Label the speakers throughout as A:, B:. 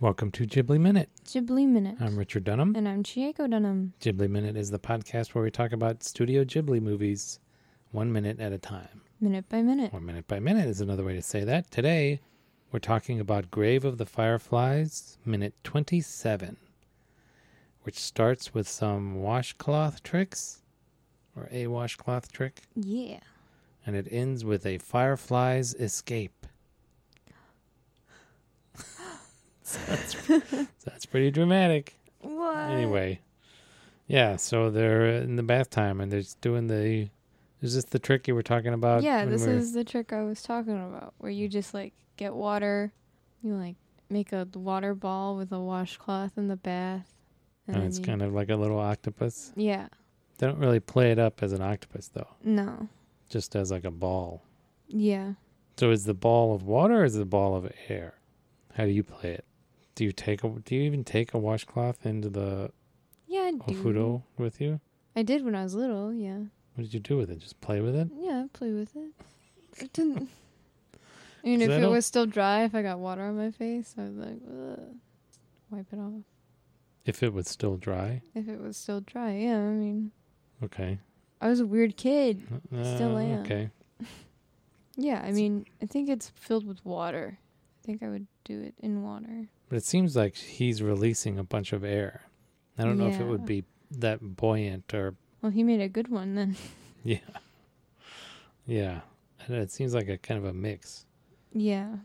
A: Welcome to Ghibli Minute.
B: Ghibli Minute.
A: I'm Richard Dunham.
B: and I'm Chieko Dunham.
A: Ghibli Minute is the podcast where we talk about Studio Ghibli movies one minute at a time.
B: Minute by minute.
A: Or minute by minute is another way to say that. Today, we're talking about Grave of the Fireflies, minute 27, which starts with some washcloth tricks, or a washcloth trick,
B: Yeah.
A: and it ends with a firefly's escape. so that's, so that's pretty dramatic.
B: What?
A: anyway yeah so they're in the bath time and they're just doing the is this the trick you were talking about
B: yeah,
A: when
B: this
A: we were-
B: is the trick I was talking about, where you just like get water, you like make a water ball with a washcloth in the bath,
A: and oh, it's kind of like a little octopus
B: yeah.
A: they don't really play it up as an octopus though
B: No.
A: just as like a ball
B: Yeah.
A: so is the ball of water or is it the ball of air how do you play it do you take a do you even take a washcloth into the
B: Yeah. I do.
A: ofudo with you
B: I did when I was little. Yeah.
A: what did you do with it just play with it
B: Yeah. I Play with it. It didn't. I mean,
A: 'Cause
B: if
A: I
B: it
A: don't-
B: was still dry, if I got water on my face, I was like, Ugh. wipe it off.
A: if it was still dry
B: If it was still dry, yeah. I mean,
A: okay
B: I was a weird kid.
A: Uh,
B: am.
A: okay
B: Yeah, I mean, I think it's filled with water. I think I would do it in water.
A: But it seems like he's releasing a bunch of air. I don't know if it would
B: Yeah.
A: be that buoyant or
B: Well, he made a good one then.
A: yeah. And it seems like a kind of a mix.
B: yeah.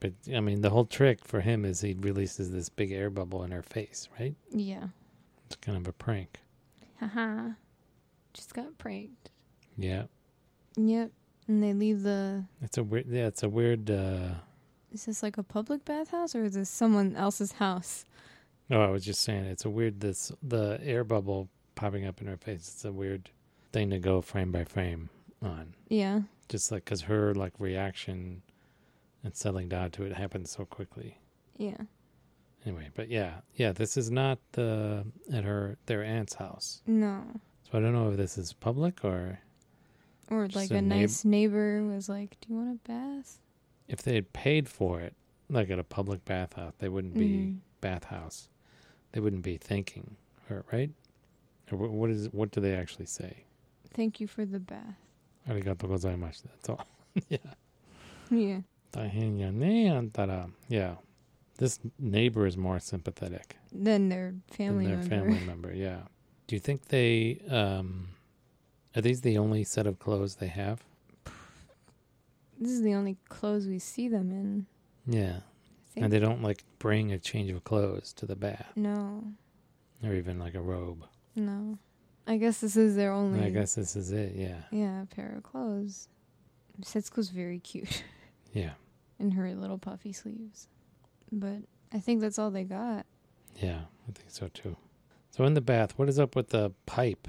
A: But I mean, the whole trick for him is he releases this big air bubble in her face, right?
B: Yeah.
A: It's kind of a prank.
B: Haha. Just got pranked.
A: Yeah,
B: Yep. And they leave the.
A: it's a weird. Yeah, it's a weird. uh
B: Is this like a public bathhouse or is this someone else's house?
A: Oh, I was just saying, it's a weird. This the air bubble popping up in her face. It's a weird thing to go frame by frame on.
B: Yeah.
A: Just like because her like reaction and settling down to it happens so quickly.
B: Yeah.
A: Anyway, but yeah, yeah, this is not the at her their aunt's house,
B: No.
A: so I don't know if this is public or
B: Or
A: Just
B: like
A: a
B: a,
A: neigh-
B: nice neighbor was like, "Do you want a bath?"
A: if they had paid for it, like at a public bathhouse, they wouldn't be
B: Mhm.
A: bathhouse, they wouldn't be thanking her, right? Or wh- what is what do they actually say?
B: Thank you for the bath.
A: Arigato gozaimasu. That's all.
B: Yeah.
A: Dahenyaneyantara. Yeah, this neighbor is more sympathetic
B: Then their family
A: than their
B: member.
A: family member. Yeah. Do you think they um, are these the only set of clothes they have?
B: This is the only clothes we see them in.
A: Yeah.
B: I think.
A: And they don't like bring a change of clothes to the bath
B: no.
A: or even like a robe.
B: No. I guess this is their only
A: I guess this is it. Yeah.
B: yeah, pair of clothes. Setsuko's very cute
A: Yeah.
B: in her little puffy sleeves. But I think that's all they got.
A: Yeah. I think so too. So in the bath, what is up with the pipe?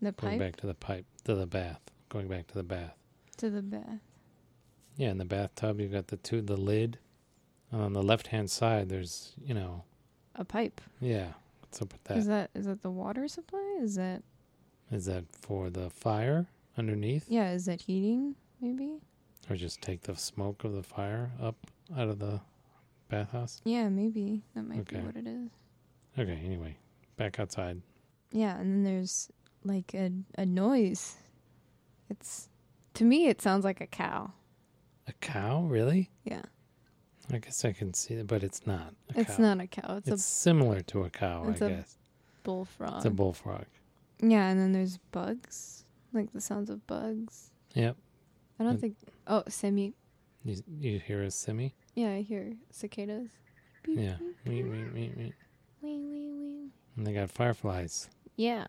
B: The
A: Going
B: pipe
A: back to the pipe, to the bath, going back to the bath.
B: to the bath.
A: Yeah. In the bathtub, you've got the two, the lid. And on the left hand side, there's, you know,
B: A pipe.
A: yeah. What's up with
B: Is
A: that?
B: that is that the water supply? Is that
A: Is that for the fire underneath?
B: yeah, is that heating maybe?
A: Or just take the smoke of the fire up out of the bathhouse?
B: Yeah, maybe. That might
A: Okay.
B: be what it is.
A: Okay. Anyway, back outside.
B: Yeah, and then there's like a a noise. It's to me it sounds like a cow.
A: A cow, really?
B: Yeah.
A: I guess I can see it, but it's not. A
B: It's
A: cow.
B: not a cow. It's,
A: It's, similar to a cow,
B: it's
A: I
B: a
A: guess.
B: a bullfrog.
A: It's a bullfrog.
B: Yeah, and then there's bugs, like the sounds of bugs.
A: Yep.
B: I don't
A: And-
B: think. Oh, semi.
A: You, you hear a simi?
B: Yeah, I hear cicadas. Beep,
A: Yeah.
B: beep,
A: Wee,
B: beep,
A: wee, wee, wee.
B: wee, wee, wee.
A: And they got fireflies.
B: Yeah,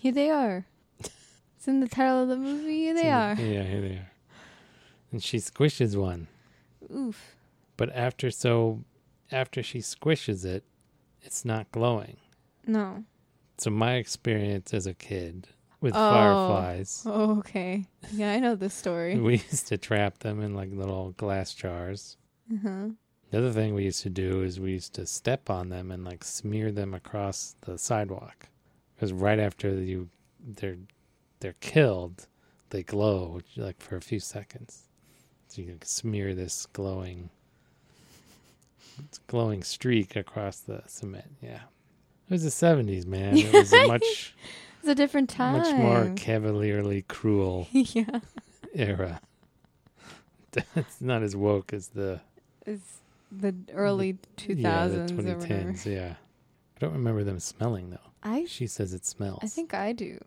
B: here they are. it's in the title of the movie. Here they are.
A: So- Yeah, here they are. And she squishes one.
B: Oof.
A: But after so after she squishes it, it's not glowing.
B: No.
A: So my experience as a kid with
B: Oh.
A: fireflies,
B: Oh, okay. Yeah, I know this story.
A: we used to trap them in like little glass jars.
B: Uh huh.
A: The other thing we used to do is we used to step on them and like smear them across the sidewalk because right after you they're they're killed, they glow like for a few seconds. So you can smear this glowing glowing streak across the cement. Yeah. It was the 70s, man. It was a much,
B: It's a different time.
A: much more cavalierly cruel
B: yeah.
A: era. it's not as woke as the
B: It's the early 2000s
A: yeah, the
B: or whatever.
A: 2010s. Yeah. I don't remember them smelling, though.
B: I
A: She says it smells.
B: I think I do.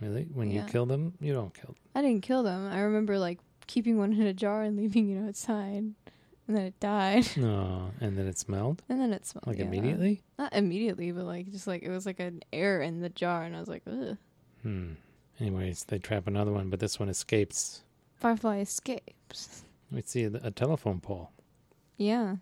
A: Really? When
B: Yeah.
A: you kill them, you don't kill
B: I didn't kill them. I remember like keeping one in a jar and leaving it outside. And then it died.
A: them. No. And then it smelled?
B: And then it smelled.
A: Like
B: yeah.
A: immediately?
B: Not immediately, but like just like it was like an air in the jar and I was like, ugh.
A: Hmm. Anyways, they trap another one, but this one escapes.
B: Firefly escapes.
A: We see a, a telephone pole.
B: Yeah.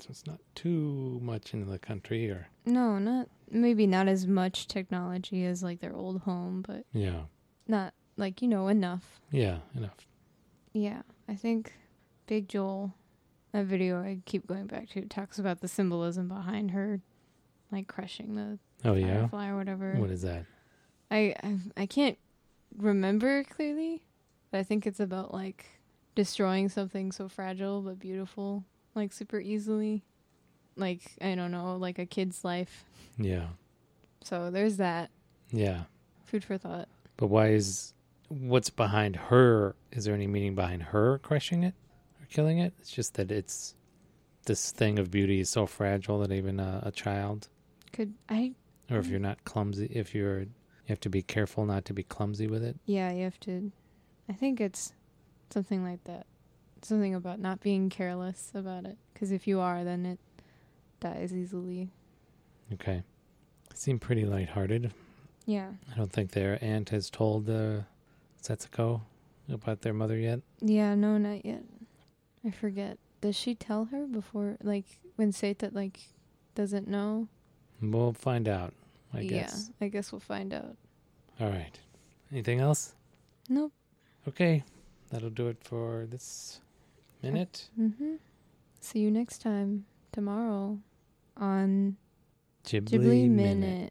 A: So it's not too much into the country or.
B: No, not maybe not as much technology as like their old home, but
A: Yeah.
B: not like, you know, enough.
A: Yeah. Enough.
B: Yeah. I think Big Joel that video I keep going back to talks about the symbolism behind her like crushing the
A: Oh, yeah.
B: firefly or whatever.
A: What is that?
B: I, I I can't remember clearly, but I think it's about like destroying something so fragile but beautiful, like super easily. Like I don't know, like a kid's life.
A: Yeah.
B: So there's that
A: Yeah.
B: food for thought.
A: But why is what's behind her? Is there any meaning behind her crushing it or killing it? It's just that it's this thing of beauty is so fragile that even a, a child,
B: Could I?
A: or if
B: Mm.
A: you're not clumsy, if you're you have to be careful not to be clumsy with it.
B: Yeah, you have to. I think it's something like that. Something about not being careless about it. Because if you are, then it dies easily.
A: Okay. Seem pretty lighthearted.
B: Yeah.
A: I don't think their aunt has told uh, Setsuko about their mother yet.
B: Yeah, no, not yet. I forget. Does she tell her before, like, when Seta, like, doesn't know?
A: We'll find out, I guess.
B: Yeah, I guess we'll find out.
A: All right. Anything else?
B: Nope.
A: Okay. That'll do it for this minute.
B: Mm-hmm. See you next time, tomorrow, on
A: Ghibli,
B: Ghibli Minute.